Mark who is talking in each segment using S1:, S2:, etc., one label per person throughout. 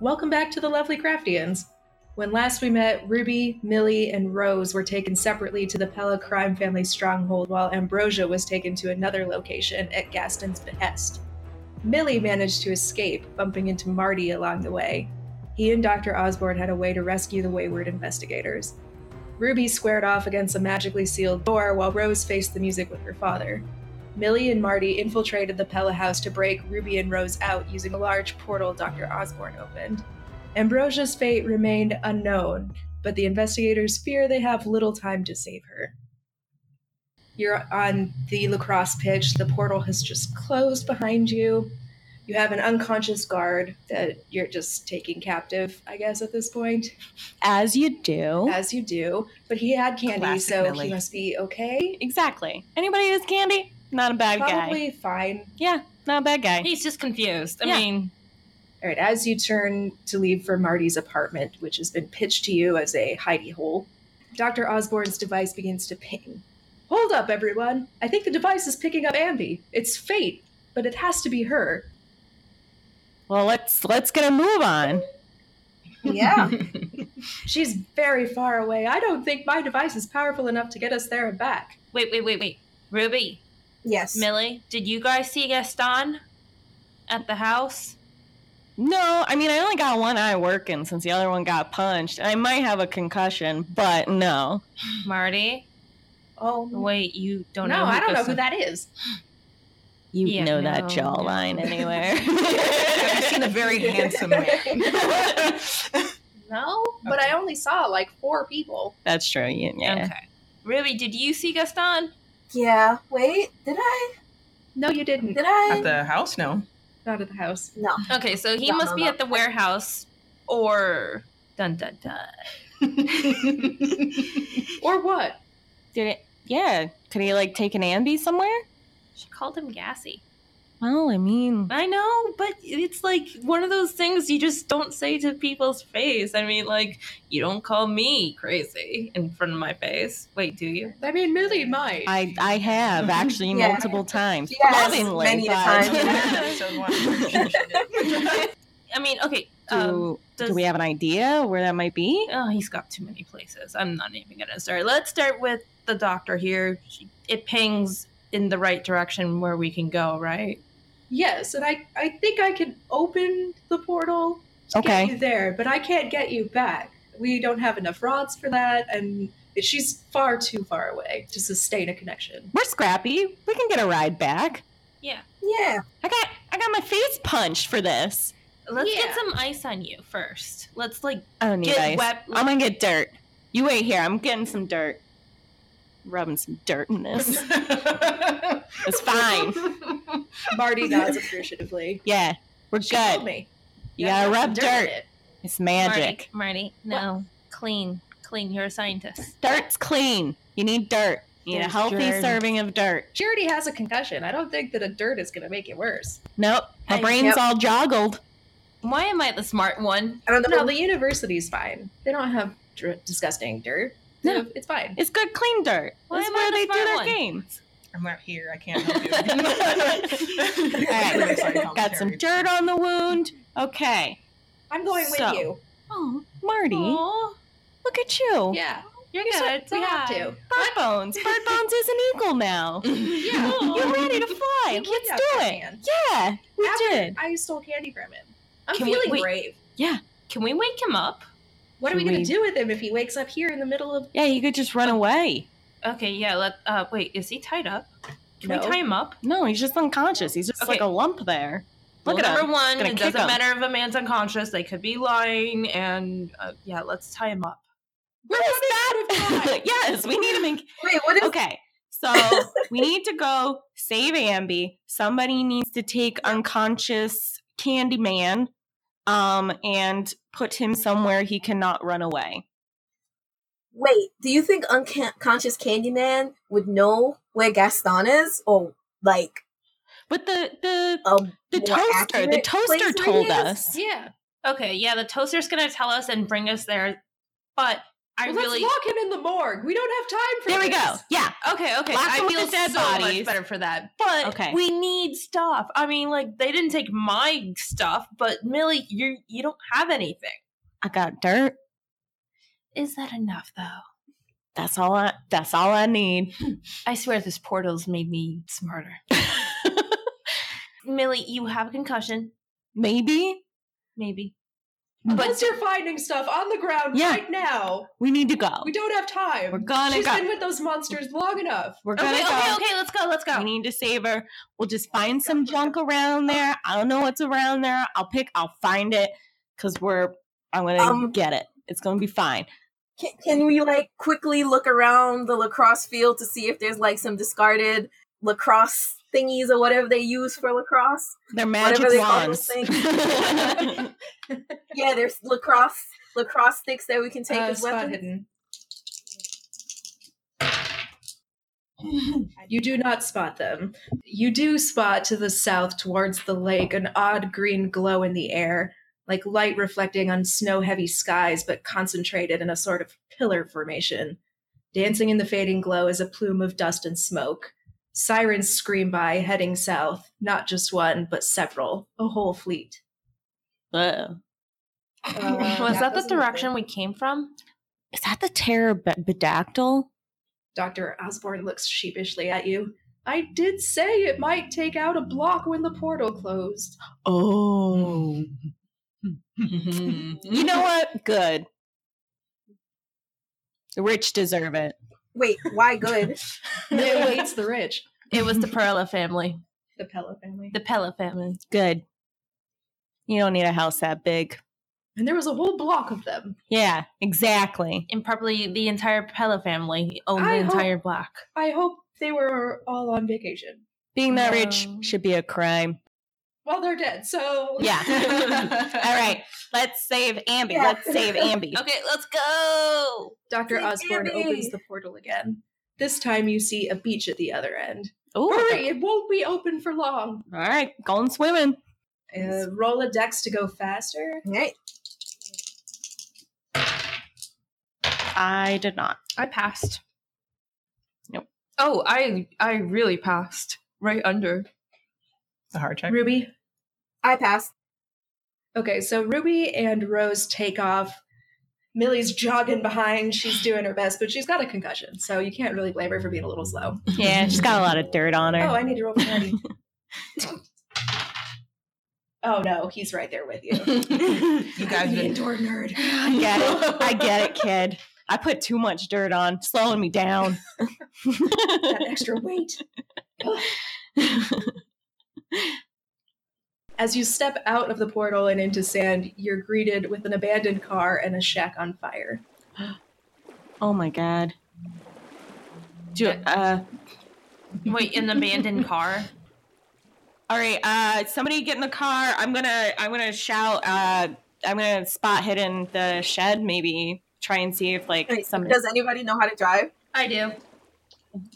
S1: Welcome back to the Lovely Craftians. When last we met, Ruby, Millie, and Rose were taken separately to the Pella crime family's stronghold, while Ambrosia was taken to another location at Gaston's behest. Millie managed to escape, bumping into Marty along the way. He and Dr. Osborne had a way to rescue the wayward investigators. Ruby squared off against a magically sealed door while Rose faced the music with her father. Millie and Marty infiltrated the Pella house to break Ruby and Rose out using a large portal Dr. Osborne opened. Ambrosia's fate remained unknown, but the investigators fear they have little time to save her. You're on the lacrosse pitch. The portal has just closed behind you. You have an unconscious guard that you're just taking captive, I guess, at this point,
S2: As you do.
S1: as you do. But he had candy,
S3: Oh. Classic
S1: so
S3: Millie.
S1: he must be okay.
S2: exactly. Anybody who's candy, not a bad guy.
S1: Probably fine.
S2: Yeah, not a bad guy.
S3: He's just confused. I
S2: Yeah.
S3: mean,
S1: All right, as you turn to leave for Marty's apartment, which has been pitched to you as a hidey hole, Dr. Osborne's device begins to ping. Hold up, everyone! I think the device is picking up Ambi. It's fate, but it has to be her.
S2: Well, let's let's get a move on.
S1: Yeah. She's very far away. I don't think my device is powerful enough to get us there and back.
S3: wait, wait, wait, wait. Ruby,
S4: Yes.
S3: Millie, did you guys see Gaston at the house?
S2: No, I mean I only got one eye working since the other one got punched. I might have a concussion, but no.
S3: Marty,
S1: Oh,
S3: wait, you don't
S1: no,
S3: know.
S1: I don't know who
S3: Gaston-
S1: that is.
S2: You
S3: Yeah,
S2: know that
S3: no,
S2: jawline
S3: no.
S2: anywhere.
S5: Have you seen a very handsome man?
S1: No, but I only saw like four people.
S2: That's true. You, yeah.
S3: Okay. Ruby, did you see Gaston?
S4: Yeah. Wait. Did I?
S1: No, you didn't.
S4: Did I?
S5: At the house? No.
S1: Not at the house.
S4: No.
S3: Okay, so he
S4: No,
S3: must
S4: no,
S3: be
S4: no.
S3: at the warehouse or dun dun dun.
S1: Or what?
S2: Did it? Yeah. Could he like take an ambi somewhere?
S3: She called him gassy.
S2: Well, I mean,
S3: I know, but it's like one of those things you just don't say to people's face. I mean, like, you don't call me crazy in front of my face. Wait, do you?
S1: I mean, Millie might.
S2: I I have actually
S4: Yeah.
S2: multiple times,
S4: Yes,
S2: lovingly,
S4: many a
S2: but-
S4: time.
S5: Episode one. Appreciate it.
S3: I mean, okay.
S2: do,
S3: Um, does-
S2: do we have an idea where that might be?
S3: oh, he's got too many places. I'm not even gonna start. Let's start with the doctor here. She, it pings in the right direction where we can go, right?
S1: Yes, and I, I think I can open the portal to
S2: Okay.
S1: get you there, but I can't get you back. We don't have enough rods for that, and she's far too far away to sustain a connection.
S2: We're scrappy. We can get a ride back.
S4: Yeah.
S2: I got I got my face punched for this.
S3: Let's
S1: Yeah.
S3: get some ice on you first. Let's like
S2: I don't need
S3: get
S2: ice. Oh,
S3: wet.
S2: I'm gonna get dirt. You wait here. I'm getting some dirt. Rubbing some dirt in this. it's fine.
S1: Marty nods appreciatively.
S2: Yeah, we're
S1: She told
S2: good.
S1: me.
S2: You
S1: Yeah,
S2: gotta
S1: there's
S2: rub
S1: some in
S2: dirt.
S1: it.
S2: It's magic.
S3: Marty, Marty no, clean, clean. You're a scientist.
S2: Dirt's clean. You need dirt. You need
S3: There's
S2: a healthy
S3: dirt.
S2: serving of dirt.
S1: She already has a concussion. I don't think that a dirt is going to make it worse.
S2: Nope. My
S3: I-
S2: brain's
S4: yep.
S2: all joggled.
S3: Why am I the smart one?
S4: I don't know.
S1: No, the university's fine. They don't have dr- disgusting dirt.
S2: No.
S1: It's fine.
S2: It's good clean dirt.
S3: Why
S2: That's
S3: am I
S2: where
S3: the
S2: they do
S3: smart
S2: their
S3: one?
S2: games.
S5: I'm not here. I can't help you.
S2: right. Got some dirt on the wound. Okay.
S1: I'm going with
S2: So.
S1: you.
S2: Oh, Marty,
S3: Aw,
S2: look at you.
S1: Yeah.
S3: you're
S1: so-
S3: good.
S1: we have
S3: Yeah.
S1: to.
S2: Bird bones. Bird bones is an eagle now.
S1: Yeah.
S2: You're ready to
S1: We
S2: fly. Let's
S1: kidnapped
S2: do
S1: that
S2: it.
S1: man.
S2: Yeah, we
S1: After
S2: did.
S1: I stole candy from him. I'm
S3: Can we-
S1: feeling
S3: wait.
S1: brave.
S3: Can we wake him up?
S1: What are we
S2: Should
S1: going
S2: we-
S1: to do with him if he wakes up here in the middle of?
S2: Yeah, you could just run away.
S3: Okay, yeah. Let. Uh, wait, is he tied up? Can
S1: No.
S3: we tie him up?
S2: No, he's just unconscious. He's just
S3: Okay.
S2: like a lump there. Look
S3: well,
S2: at
S3: number
S2: him.
S3: one.
S2: Gonna
S3: It
S2: kick
S3: doesn't
S2: him.
S3: matter if a man's unconscious; they could be lying. And uh, yeah, let's tie him up.
S2: Where is that? yes, we need to make.
S4: Wait. What is?
S2: Okay, so we need to go save Ambi. Somebody needs to take unconscious Candyman, um, and put him somewhere he cannot run away.
S4: Wait. Do you think unconscious Candyman would know where Gaston is, or like
S2: But the the
S4: a
S2: the
S4: more
S2: toaster, the
S4: accurate
S2: toaster
S4: place where
S2: told
S4: he is?
S2: us.
S1: Yeah.
S3: Okay, yeah. The toaster's gonna tell us and bring us there, but I
S1: Well,
S3: really.
S1: Let's lock him in the morgue. We don't have time for
S2: There we
S1: this.
S2: go. Yeah.
S3: Okay, okay.
S2: Lock them
S3: I
S2: with
S3: feel
S2: the dead
S3: so
S2: bodies.
S3: much better for that. But
S2: Okay.
S3: we need stuff. I mean, like they didn't take my stuff, but Millie, you you don't have anything.
S2: I got dirt.
S3: Is that enough though?
S2: That's all I that's all I need.
S3: I swear this portal's made me smarter. Millie, you have a concussion,
S2: Maybe
S3: maybe.
S1: Unless you're finding stuff on the ground
S2: Yeah.
S1: right now,
S2: we need to go.
S1: we don't have time.
S2: We're gonna
S1: She's
S2: go.
S1: been with those monsters long enough.
S2: We're
S3: Okay,
S2: gonna
S3: okay,
S2: go.
S3: okay, let's go, let's go.
S2: We need to save her. We'll just find some junk around there. I don't know what's around there. I'll pick. I'll find it because we're. I'm gonna
S4: Um,
S2: get it. It's gonna be fine.
S4: Can, can we like quickly look around the lacrosse field to see if there's like some discarded lacrosse thingies or whatever they use for lacrosse?
S2: They're magic
S4: they call
S2: wands.
S4: those Yeah, there's lacrosse lacrosse sticks that we can take
S1: Uh,
S4: as
S1: spot
S4: weapons.
S1: hidden. You do not spot them. You do spot to the south towards the lake an odd green glow in the air, like light reflecting on snow heavy skies, but concentrated in a sort of pillar formation. Dancing in the fading glow is a plume of dust and smoke. Sirens scream by, heading south, not just one, but several, a whole fleet.
S2: Whoa.
S1: Uh,
S3: Was Oh, that the
S1: doesn't look
S3: direction
S1: good.
S3: we came from?
S2: Is that the pterodactyl?
S1: Dr. Osborne looks sheepishly at you. I did say it might take out a block when the portal closed.
S2: Oh. You
S4: Mm-hmm.
S2: know what? Good. The rich deserve it.
S4: Wait, why good?
S1: It awaits the rich.
S3: It was the Perla family.
S1: The Pella family.
S3: The Pella family.
S2: Good. You don't need a house that big.
S1: and there was a whole block of them.
S2: Yeah, exactly.
S3: And probably the entire Pella family owned
S1: I
S3: the
S1: hope-
S3: entire block.
S1: I hope they were all on vacation.
S2: Being that rich
S4: Um.
S3: No.
S2: should be a crime.
S1: Well, they're dead, so.
S2: Yeah. All right, let's save Ambi.
S4: Yeah.
S2: Let's save Ambi.
S3: Okay, let's go.
S1: Dr.
S4: Hey,
S1: Osborne
S4: Abby.
S1: opens the portal again. This time you see a beach at the other end.
S2: Ooh,
S1: Hurry, it won't be open for long.
S2: All right, going swimming.
S1: Uh, roll a dex to go faster.
S4: Right?
S2: I did not.
S3: I passed.
S2: Nope.
S3: Oh, I I really passed right under.
S5: It's a hard check.
S1: Ruby,
S4: I passed.
S1: Okay, so Ruby and Rose take off. Millie's jogging behind. She's doing her best, but she's got a concussion, so you can't really blame her for being a little slow.
S2: Yeah, she's got a lot of dirt on her.
S1: Oh, I need to roll for Maddie. oh no, he's right there with you.
S5: You guys
S1: I'm the
S5: been
S1: indoor nerd.
S2: I get it. I get it, kid. I put too much dirt on, slowing me down.
S1: That extra weight. As you step out of the portal and into sand, you're greeted with an abandoned car and a shack on fire.
S2: oh my god. Do uh.
S3: Wait, an abandoned car.
S2: All right, uh, somebody get in the car. I'm gonna, I'm gonna shout. Uh, I'm gonna spot hidden the shed. Maybe try and see if like
S4: Wait,
S2: somebody
S4: Does anybody know how to drive?
S3: I do.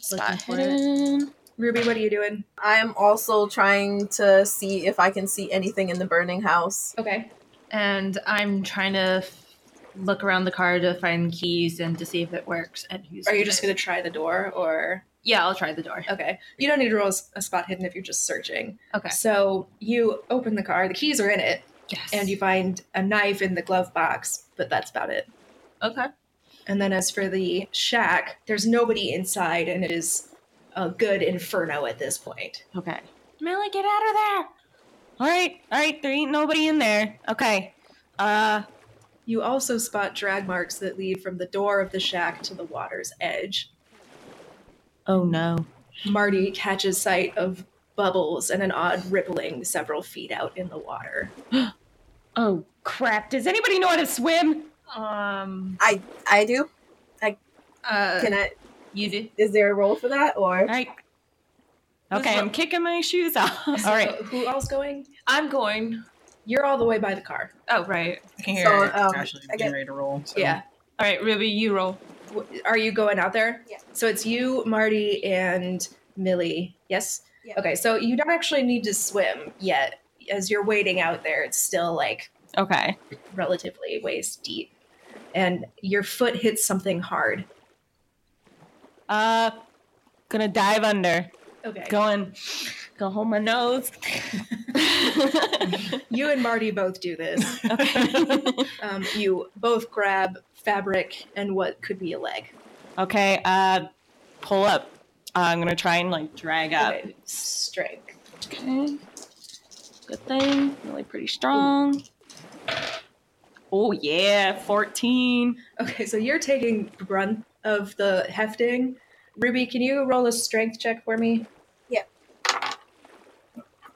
S2: spot
S1: for it.
S2: hidden.
S1: Ruby, what are you doing?
S4: I am also trying to see if I can see anything in the burning house.
S1: Okay.
S3: And I'm trying to f- look around the car to find keys and to see if it works. And who's
S1: Are you just gonna try the door or
S3: Yeah, I'll try the door.
S1: Okay. You don't need to roll a s- a spot hidden if you're just searching.
S3: Okay.
S1: So you open the car, the keys are in it,
S3: Yes.
S1: and you find a knife in the glove box, but that's about it.
S3: okay?
S1: And then as for the shack, there's nobody inside, and it is a good inferno at this point.
S2: Okay.
S3: Millie, get out of there.
S2: All right, all right. There ain't nobody in there. Okay. Uh,
S1: You also spot drag marks that lead from the door of the shack to the water's edge.
S2: oh no.
S1: Marty catches sight of bubbles and an odd rippling several feet out in the water.
S2: Oh crap. Does anybody know how to swim?
S3: Um.
S4: I I do.
S3: Uh.
S4: Can I?
S3: you do.
S4: Is there a role for that or?
S2: All right.
S3: Who's
S2: Okay,
S3: lo-
S2: I'm kicking my shoes off. All
S1: So
S2: right.
S1: Who else going?
S3: I'm going.
S1: You're all the way by the car.
S3: Oh right.
S5: I can hear
S4: So, um,
S5: Ashley
S4: I
S5: getting
S4: get-
S5: ready to roll. so-
S1: Yeah.
S3: All right, Ruby, you roll.
S1: W- Are you going out there?
S4: Yeah.
S1: So it's you, Marty, and Millie. Yes.
S4: Yeah.
S1: Okay. So you don't actually need to swim yet, as you're waiting out there. It's still like
S2: Okay.
S1: relatively waist deep. and your foot hits something hard.
S2: Uh, gonna dive under.
S1: Okay.
S2: Going, gonna hold my nose.
S1: You and Marty both do this.
S2: okay.
S1: Um, you both grab fabric and what could be a leg.
S2: okay. Uh, pull up. Uh, I'm gonna try and like drag up.
S1: Okay. Strength.
S2: Okay. Good thing. Really pretty strong. Oh yeah, 14.
S1: Okay, so you're taking the brunt of the hefting. Ruby, can you roll a strength check for me?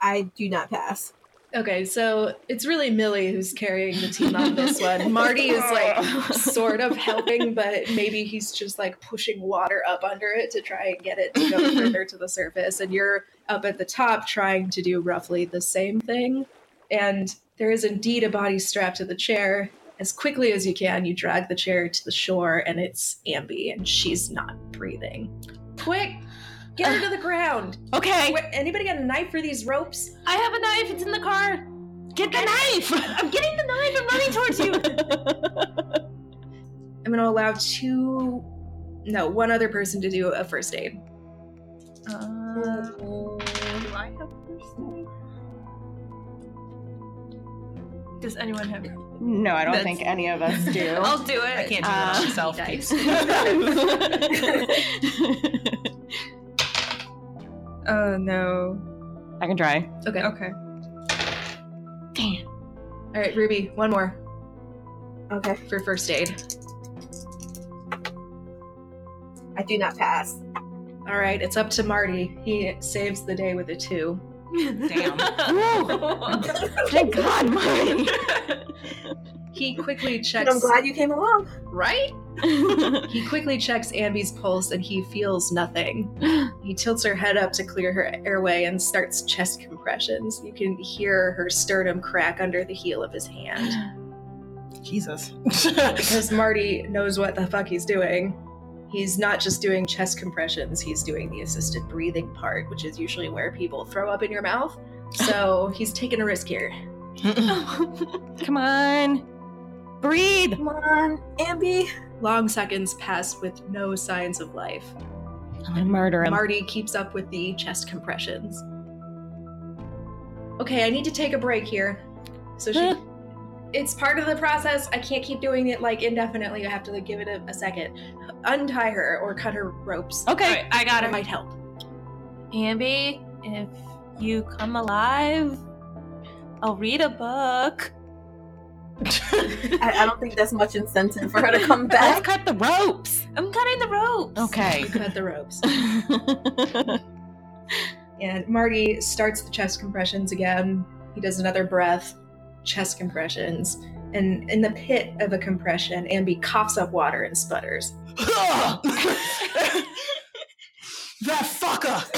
S4: I do not pass.
S1: Okay, so it's really Millie who's carrying the team on this one. Marty is like
S2: Oh.
S1: sort of helping, but maybe he's just like pushing water up under it to try and get it to go further to the surface. And you're up at the top trying to do roughly the same thing. And there is indeed a body strapped to the chair. As quickly as you can, you drag the chair to the shore, and it's Ambi, and she's not breathing. Quick! Get her to the ground!
S2: Okay.
S1: Wait, anybody got a knife for these ropes?
S3: I have a knife. It's in the car.
S2: Get the knife.
S3: I'm getting the knife. I'm running towards you.
S1: I'm going to allow two, no, one other person to do a first aid.
S2: Uh,
S3: Do I have first aid? Does anyone have?
S2: no, I don't
S3: That's-
S2: think any of us do.
S3: I'll do it.
S5: I can't do that
S2: Uh,
S5: on myself.
S1: Dice.
S3: Oh no.
S2: I can try.
S1: Okay.
S3: Okay.
S2: Damn.
S1: All right, Ruby, one more
S4: Okay,
S1: for first aid.
S4: I do not pass.
S1: All right, it's up to Marty. He saves the day with a two.
S2: Woo. Thank God, Marty.
S1: He quickly
S4: But
S1: checks.
S4: I'm glad you came along.
S5: Right?
S1: He quickly checks Ambi's pulse and he feels nothing. He tilts her head up to clear her airway and starts chest compressions. You can hear her sternum crack under the heel of his hand.
S5: Jesus.
S1: Because Marty knows what the fuck he's doing. He's not just doing chest compressions, he's doing the assisted breathing part, which is usually where people throw up in your mouth. So he's taking a risk here.
S2: Come on. Breathe.
S4: Come on, Ambi.
S1: Long seconds pass with no signs of life.
S2: I'm gonna murder him.
S1: Marty keeps up with the chest compressions. Okay, I need to take a break here. So she.
S2: Huh?
S1: It's part of the process. I can't keep doing it like indefinitely. I have to like give it a, a second. Untie her or cut her ropes.
S2: okay.
S3: Alright, I got
S1: That
S3: it.
S1: might help.
S3: Ambi, if you come alive, I'll read a book.
S4: I, I don't think that's much incentive for her to come
S2: Let's
S4: back.
S2: cut the ropes.
S3: I'm cutting the ropes.
S2: Okay.
S1: You cut the ropes. And Marty starts the chest compressions again. He does another breath, chest compressions. And in the pit of a compression, Ambi coughs up water and sputters.
S5: that fucker.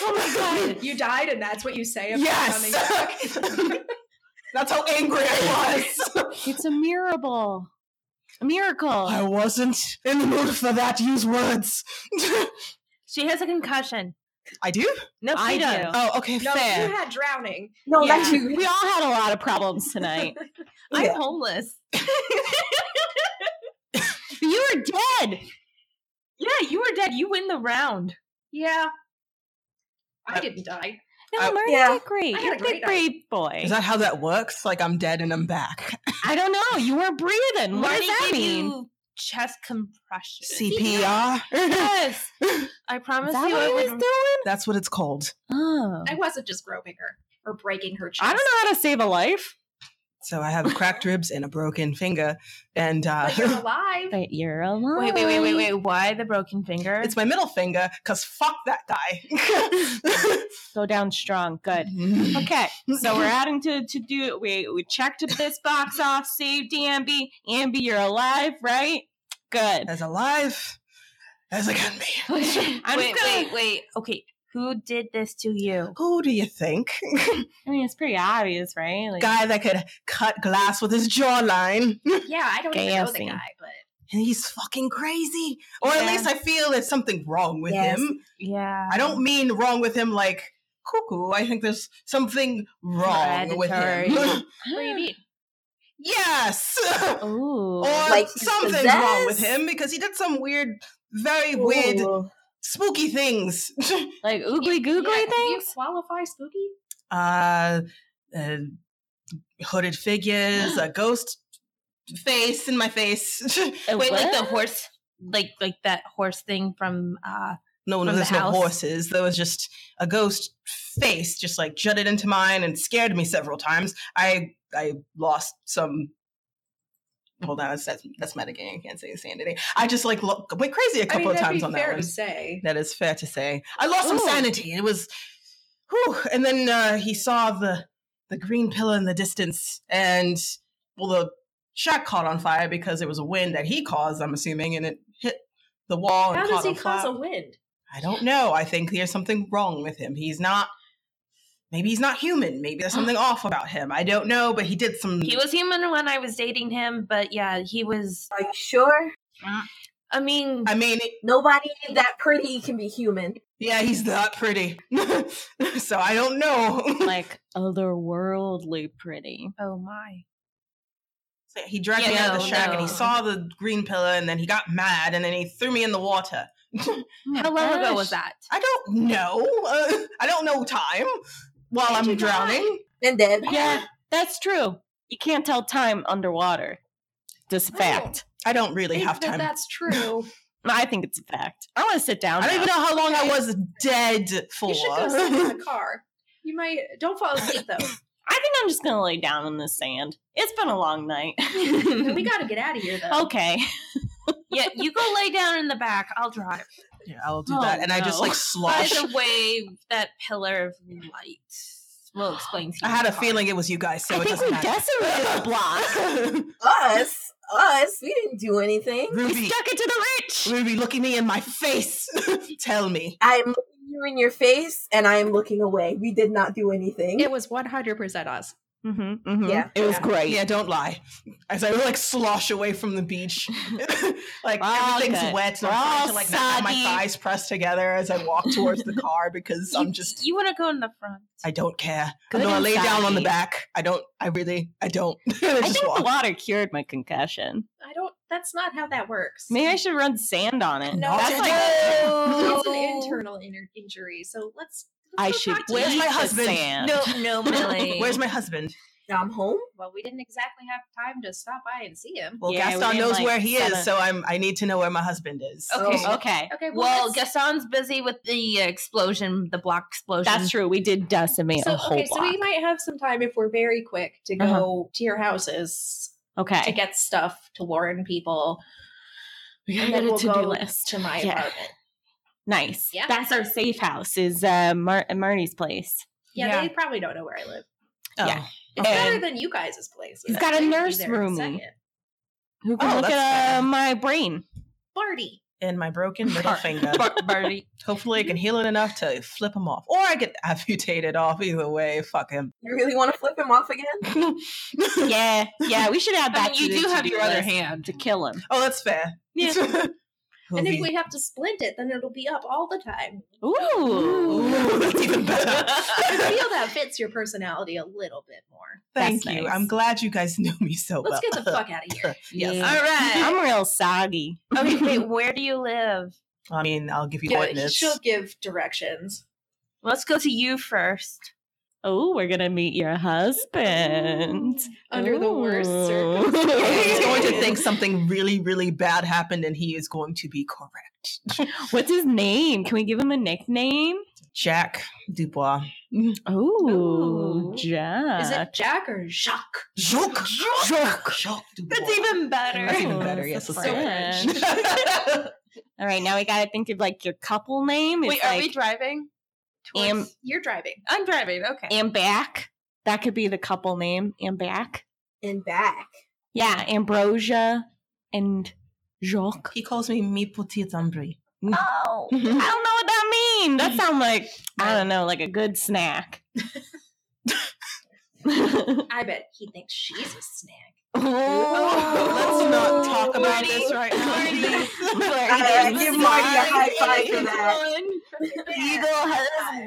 S5: oh
S1: You died, and that's what you say about coming back.
S5: Yes. That's how angry I was.
S2: it's a miracle. A miracle.
S5: I wasn't in the mood for that. Use words.
S3: She has a concussion.
S5: I do.
S3: No,
S2: I
S3: she
S2: do.
S3: does.
S5: Oh, okay,
S1: No,
S5: fair.
S1: you had drowning.
S4: No,
S3: Yeah.
S4: not you.
S2: We all had a lot of problems tonight.
S3: I'm
S4: Yeah.
S3: homeless.
S2: you were dead.
S3: Yeah, you were dead. You win the round.
S1: Yeah. I didn't die.
S2: No,
S5: I-
S2: Marty
S4: yeah.
S2: did great.
S1: I had
S2: You're
S1: a
S2: a big,
S1: great night.
S2: brave boy.
S5: Is that how that works? Like I'm dead and I'm back.
S2: I don't know. You were breathing. What
S3: Marty
S2: does that
S3: gave
S2: mean?
S3: you chest compression.
S5: CPR.
S3: Yes. I promise
S2: Is that
S3: you
S2: what
S3: I
S2: he was
S3: would
S2: doing?
S5: That's what it's called.
S2: Oh.
S1: I wasn't just groping her or breaking her chest.
S2: I don't know how to save a life.
S5: So I have cracked ribs and a broken finger, and uh,
S1: But you're alive.
S2: But you're alive.
S3: Wait, wait, wait, wait, wait. Why the broken finger?
S5: it's my middle finger. Cause fuck that guy.
S2: Go down strong. Good. Okay. So we're adding to to do. We we checked this box off. Saved Ambi. Ambi, you're alive, right? Good.
S5: as alive as I can be.
S2: I'm just
S3: wait,
S2: gonna-
S3: wait, wait. Okay, who did this to you?
S5: Who do you think?
S2: I mean, it's pretty obvious, right? Like,
S5: guy that could cut glass with his jawline.
S1: Yeah, I don't even know the
S2: Gassy.
S1: guy, but
S5: And he's fucking crazy. Or at
S3: Yeah.
S5: least I feel there's something wrong with
S4: Yes.
S5: him.
S3: Yeah,
S5: I don't mean wrong with him like cuckoo. I think there's something wrong with
S3: Predatory.
S5: him.
S3: What do you mean?
S5: yes,
S2: Ooh.
S5: or
S4: Like he's
S5: something's wrong with
S4: possessed?
S5: him because he did some weird, very weird,
S4: Ooh.
S5: spooky things.
S2: like oogly googly
S1: Yeah, do you
S2: things?
S1: qualify spooky?
S5: uh, uh, hooded figures, a ghost face in my face.
S2: A
S3: Wait, like
S2: what?
S3: the horse, like like that horse thing from. uh
S5: no, no,
S3: From the
S5: there's no
S3: house?
S5: horses. There was just a ghost face, just like jutted into mine and scared me several times. I I lost some. Hold on, that's that's, that's metagaming. I can't say sanity. I just like lo- went crazy a
S1: I
S5: couple
S1: mean,
S5: of
S1: that'd
S5: times
S1: be
S5: on that
S1: fair
S5: one.
S1: to say.
S5: That is fair to say. I lost some
S1: Oh.
S2: Ooh.
S5: sanity. It was, whew. and then uh, he saw the the green pillar in the distance, and well, the shack caught on fire because it was a wind that he caused. I'm assuming, and it hit the wall.
S1: How
S5: and
S1: does
S5: caught
S1: he
S5: on
S1: cause
S5: fire.
S1: a wind?
S5: I don't know. I think there's something wrong with him. He's not. Maybe he's not human. Maybe there's something off about him. I don't know, but he did some.
S2: Hmm.
S3: He was human when I was dating him, but yeah, he was.
S4: Are you sure?
S3: I mean,
S5: I mean,
S4: Nobody that pretty can be human.
S5: yeah, he's not pretty. so I don't know.
S2: like otherworldly pretty.
S3: oh my.
S5: he dragged
S3: Yeah,
S5: me out of the
S3: no,
S5: shack and he
S3: no.
S5: saw the green pillar and then he got mad and then he threw me in the water.
S3: How long ago was that?
S5: I don't know. Uh, I don't know time while
S1: Did you
S5: I'm
S1: die?
S5: drowning.
S4: And dead.
S2: Yeah, that's true. You can't tell time underwater. Just
S1: No.
S2: fact.
S5: I don't really
S1: Think
S5: have
S1: that
S5: time.
S1: that's true.
S2: I think it's a fact. I want to sit down.
S5: I don't
S2: now.
S5: even know how long I was dead for.
S1: you should go sit in the car. You might don't fall asleep though.
S2: I think I'm just gonna lay down in the sand. It's been a long night.
S1: we gotta get out of here though.
S2: okay.
S3: Yeah, you go lay down in the back. I'll drive.
S5: yeah, I'll do
S2: Oh,
S5: that. And I just
S2: no.
S5: like
S3: By
S5: sloshed.
S3: the way, that pillar of light will explain to you.
S5: I had
S3: the
S5: a
S3: car.
S5: feeling it was you guys, so
S2: I
S5: it
S2: think we
S5: doesn't matter.
S2: decimated the block.
S4: Us. Us. We didn't do anything.
S5: Ruby,
S2: We stuck it to the rich.
S5: Ruby, look at me in my face. Tell me.
S4: I'm looking you in your face and I am looking away. We did not do anything.
S1: It was one hundred percent us.
S2: Mm-hmm,
S4: Yeah.
S2: It was
S4: Yeah.
S2: great.
S5: Yeah, don't lie. As I like slosh away from the beach, like
S2: We're all
S5: everything's
S2: good.
S5: wet, and
S2: We're
S5: I'm trying
S2: all
S5: to like not have my
S2: soggy.
S5: thighs pressed together as I walk towards the car because I'm just
S3: You want to go in the front.
S5: I don't care.
S2: Good
S5: no, I
S2: and
S5: lay down on the
S2: soggy.
S5: back. I don't. I really. I don't. I just
S2: I think
S5: walk.
S2: the water cured my concussion.
S1: I don't. That's not how that works.
S2: Maybe I should run sand on it.
S1: No.
S2: That's like
S5: No.
S1: it's an internal in- injury. So let's. let's
S2: I
S1: go
S2: should.
S1: talk to
S5: Where's
S1: him.
S5: my
S2: eat the
S5: husband?
S2: sand.
S3: no,
S5: Where's my husband?
S4: Now I'm home.
S1: Well, we didn't exactly have time to stop by and see him.
S5: Well,
S2: Yeah, we
S5: Gaston
S2: didn't,
S5: knows
S2: like, Oh,
S5: where he
S2: set
S5: is,
S2: up-
S5: so I'm. I need to know where my husband is.
S4: Okay.
S5: So-
S2: Okay.
S1: Okay.
S3: Well,
S1: let's-
S3: Gaston's busy with the explosion, the block explosion.
S2: That's true. We did decimate
S1: So
S2: a whole
S1: okay, so we
S2: block.
S1: might have some time if we're very quick to go to your houses to
S2: okay.
S1: get stuff to warn people.
S2: We
S1: And
S2: got
S1: then
S2: a
S1: we'll
S2: to-do
S1: go
S2: list.
S1: to my
S2: Yeah.
S1: apartment.
S2: Nice.
S1: Yeah.
S2: That's our safe house. Is uh, Mar- Marty's place.
S1: Yeah,
S5: Yeah.
S1: they probably don't know where I live.
S5: Oh.
S2: Yeah.
S1: It's
S2: Okay.
S1: better than you guys' place.
S2: He's got a
S1: I'll be
S2: nurse
S1: there in a
S2: roomie.
S1: second.
S2: Who can
S5: Oh,
S2: look
S5: that's
S2: at uh,
S5: better.
S2: my brain?
S1: Barty.
S5: And my broken middle
S3: Bar-
S5: finger.
S3: Bar- Barty.
S5: Hopefully, I can heal it enough to flip him off, or I get amputated off. Either way, fuck him.
S4: You really want to flip him off again?
S2: Yeah. Yeah. We should add
S3: I
S2: that.
S3: mean,
S2: to
S3: you
S2: the
S3: do have
S2: to-do
S3: your other
S2: list
S3: hand.
S2: to kill him.
S5: Oh, that's fair.
S3: Yeah.
S1: And if
S5: Hoovy.
S1: we have to splint it, then it'll be up all the time.
S2: Ooh.
S5: Ooh, that's even better.
S1: I feel that fits your personality a little bit more.
S5: Thank
S2: That's
S5: you.
S2: nice.
S5: I'm glad you guys know me so well.
S1: Let's get the fuck out of here.
S5: Yes.
S3: All right.
S2: I'm real soggy.
S3: okay, wait. Where do you live?
S5: I mean, I'll give you
S1: Yeah,
S5: coordinates.
S1: she'll give directions.
S3: Let's go to you first.
S2: Oh, we're gonna meet your husband.
S1: Under the worst
S2: Ooh.
S5: He's
S1: circumstances.
S5: going to think something really, really bad happened, and he is going to be correct.
S2: What's his name? Can we give him a nickname?
S5: Jack Dubois.
S2: Oh,
S1: Ooh.
S2: Jack.
S1: Is it Jack or Jacques?
S5: Jacques. Jacques. Jacques Dubois.
S3: That's even better.
S5: That's even
S2: Oh,
S5: better.
S2: so
S5: Yes, let's
S2: French.
S5: do it.
S2: All right, now we gotta think of like your couple name. It's
S3: Wait, are we
S2: like
S3: driving?
S2: Am-
S3: Towards-
S1: You're driving.
S3: I'm driving. Okay.
S2: and back. That could be the couple name. And back.
S4: And back.
S2: Yeah, Ambrosia and Jacques.
S5: he calls me me petite Ambry.
S2: Oh, I don't know what that means. That sounds like I don't know, like a good snack. oh,
S1: I bet he thinks she's a snack.
S5: Oh, Let's not talk about
S3: Marty.
S5: this right now.
S3: Marty.
S4: I- I give Marty a high five for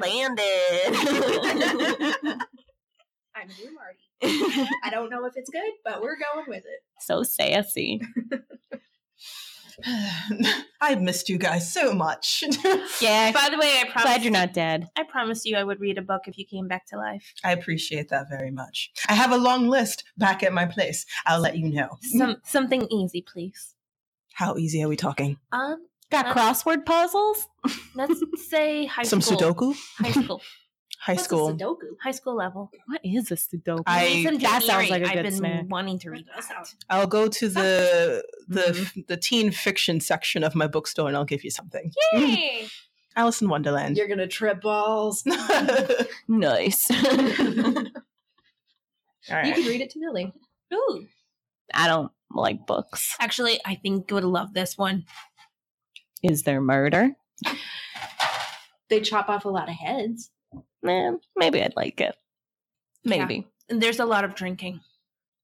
S4: that.
S2: Eagle has landed.
S1: I'm new Marty. I don't know if it's good, but we're going with it.
S2: so sassy.
S5: I've missed you guys so much.
S2: Yeah.
S3: By the way, I
S2: Glad
S3: promised
S2: you're not dead.
S3: I promised you I would read a book if you came back to life.
S5: I appreciate that very much. I have a long list back at my place. I'll let you know.
S3: Some something easy, please.
S5: How easy are we talking?
S3: Um,
S2: Got crossword puzzles?
S3: let's say high
S5: Some
S3: school.
S5: Sudoku?
S3: High school.
S5: High
S4: What's a
S5: school.
S4: Sudoku?
S3: High school level.
S2: What is a Sudoku?
S5: I-
S3: Need some
S2: that
S3: Jane
S2: sounds like a
S3: Eyre.
S2: good
S3: I've been
S2: snack.
S3: wanting to read
S1: That
S3: that.
S1: sounds-
S5: I'll go to the the the teen fiction section of my bookstore and I'll give you something.
S3: Yay!
S5: Alice in Wonderland.
S1: You're gonna trip balls.
S5: All right.
S2: nice.
S1: You can read it to Millie.
S3: Ooh.
S2: I don't like books.
S3: Actually, I think you would love this one.
S2: Is there murder?
S1: They chop off a lot of heads.
S2: Eh, maybe I'd like it. Maybe.
S3: And there's a lot of drinking.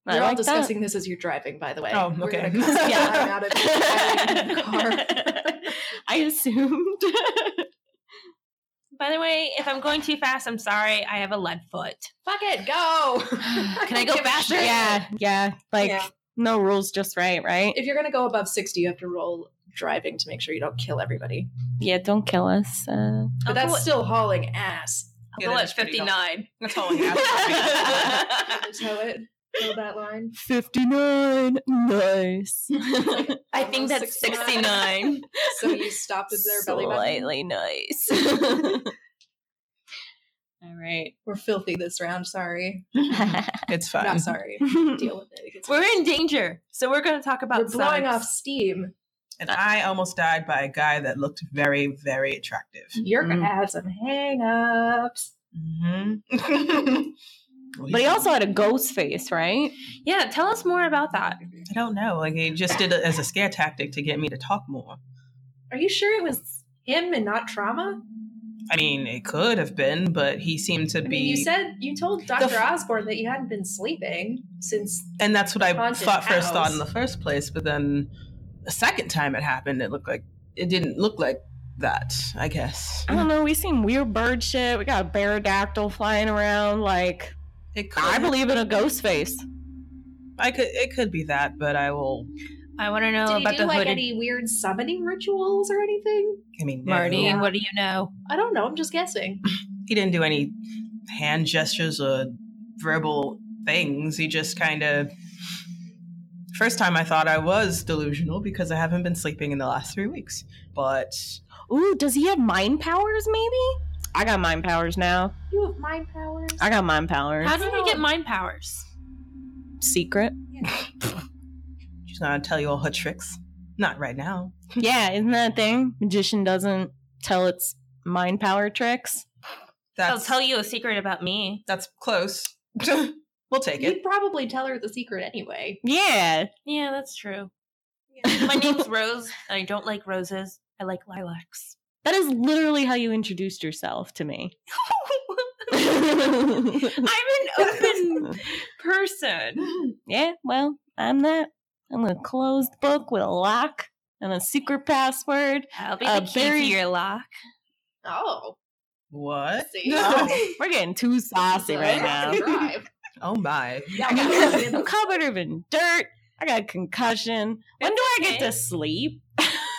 S1: we
S2: I
S1: are all
S2: like that.
S1: discussing this as you're driving, by the way.
S5: Oh,
S1: We're
S5: okay.
S1: gonna cut some
S2: Yeah.
S1: time out of driving in the car.
S2: I assumed.
S3: By the way, if I'm going too fast, I'm sorry. I have a lead foot.
S1: Fuck it, go.
S3: Can I go
S1: Give a
S3: faster?
S1: shit.
S2: yeah, yeah. Like
S4: Yeah.
S2: no rules, just right, right?
S1: If you're gonna go above sixty, you have to roll driving to make sure you don't kill everybody.
S2: yeah, don't kill us. Uh,
S1: But
S3: I'll
S1: that's
S3: go,
S1: still hauling ass.
S3: I'll
S5: Yeah,
S3: go
S5: that
S3: at
S5: is pretty
S3: 59.
S5: That's all I have.
S1: Tow it. Tow that line.
S2: Fifty nine. Nice.
S3: I think that's 69.
S1: So you stopped at their belly button.
S2: Slightly nice. All right.
S1: We're filthy this round. Sorry,
S5: it's fine.
S1: not sorry. Deal with it. it. gets-
S3: We're in danger. So we're going to talk about
S1: We're blowing
S3: science.
S1: off steam.
S5: And I almost died by a guy that looked very, very attractive.
S1: You're gonna
S2: Mm.
S1: have some hang-ups.
S5: Mm-hmm.
S2: but he also had a ghost face, right?
S3: Yeah, tell us more about that.
S5: I don't know. Like he just did it as a scare tactic to get me to talk more.
S1: Are you sure it was him and not trauma?
S5: I mean, it could have been, but he seemed to
S1: I
S5: be.
S1: mean, you said you told
S5: f-
S1: Dr. Osborne that you hadn't been sleeping since.
S5: and that's what I
S1: haunted
S5: thought first thought in
S1: house.
S5: the first place. But then the second time it happened, it looked like it didn't look like that. I guess
S2: I don't know. We seen weird bird shit. We got a pterodactyl flying around. Like
S5: it could.
S2: I believe in a ghost face.
S5: I could. It could be that, but I will.
S3: I want to
S5: Oh,
S3: know
S1: Did
S3: about
S1: you do
S3: the
S1: like
S3: hooded
S1: any weird summoning rituals or anything?
S5: I mean, no.
S3: Marty.
S1: Yeah.
S3: What do you know?
S1: I don't know. I'm just guessing.
S5: he didn't do any hand gestures or verbal things. He just kind of. First time I thought I was delusional because I haven't been sleeping in the last three weeks. But
S2: Ooh, does he have mind powers? Maybe. I got mind powers now.
S1: You have mind powers.
S2: I got mind powers.
S3: How did you get mind powers?
S2: Secret.
S5: she's not gonna tell you all her tricks. Not right now.
S2: yeah, isn't that a thing? Magician doesn't tell its mind power tricks.
S5: That's
S3: I'll tell you a secret about me.
S5: that's close. we'll take
S1: You'd
S5: it.
S1: probably tell her the secret anyway.
S2: Yeah.
S3: Yeah, that's true. My name's Rose. I don't like roses. I like lilacs.
S2: That is literally how you introduced yourself to me.
S3: I'm an open person.
S2: yeah, well, I'm that. I'm a closed book with a lock and a secret password.
S3: I'll be
S2: Uh,
S3: the key
S2: very-
S3: to your lock.
S1: Oh,
S5: What?
S1: see. Oh.
S2: We're getting too saucy right now.
S1: Drive.
S5: Oh my.
S2: I'm covered in dirt. I got a concussion. When do I get to sleep?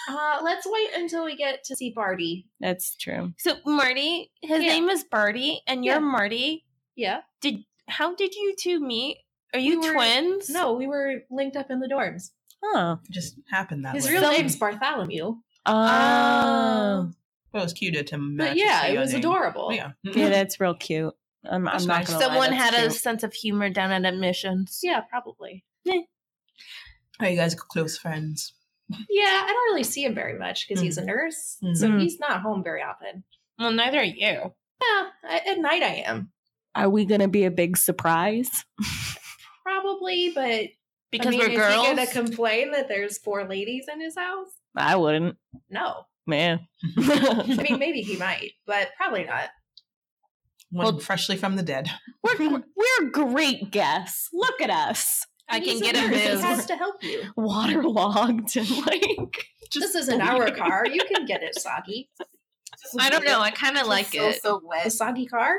S1: Uh, let's wait until we get to see Barty.
S2: That's true.
S3: So Marty, his
S1: Yeah.
S3: name is Barty, and you're
S1: Yeah.
S3: Marty.
S1: Yeah.
S3: Did how did you two meet? Are you
S1: We were-
S3: twins?
S1: No, we were linked up in the dorms.
S2: Huh.
S5: It just happened that
S1: His
S5: way.
S1: real name's Bartholomew.
S2: Oh.
S5: Well, it was cuter to match.
S1: But yeah,
S5: to
S1: it
S5: your
S1: was
S5: name.
S1: adorable.
S5: Yeah.
S2: Yeah, that's real cute. I'm, I'm
S5: That's
S2: not
S5: nice.
S2: gonna lie,
S3: Someone
S2: that's
S3: had a
S2: cute.
S3: sense of humor down at admissions.
S1: Yeah, probably.
S5: Are you guys close friends?
S1: Yeah, I don't really see him very much because
S5: Mm-hmm.
S1: he's a nurse, so
S2: Mhm.
S1: he's not home very often.
S3: Well, neither are you.
S1: Yeah, I, at night I am
S2: Are we gonna be a big surprise?
S1: probably, but
S3: Because
S1: I mean,
S3: we're
S1: is
S3: girls.
S1: He gonna complain that there's four ladies in his house?
S2: I wouldn't,
S1: No,
S2: man.
S1: I mean maybe he might, but probably not.
S5: One
S2: Well-
S5: freshly from the dead.
S2: we're we're great guests. Look at us,
S3: I can
S1: He's
S3: get a
S1: nurse. He has
S3: move.
S1: to help you.
S2: waterlogged and like.
S1: this isn't our car. You can get it soggy.
S4: Just
S3: I don't know. I kind of like
S4: so,
S3: it.
S4: So
S1: A
S4: wet.
S1: soggy car?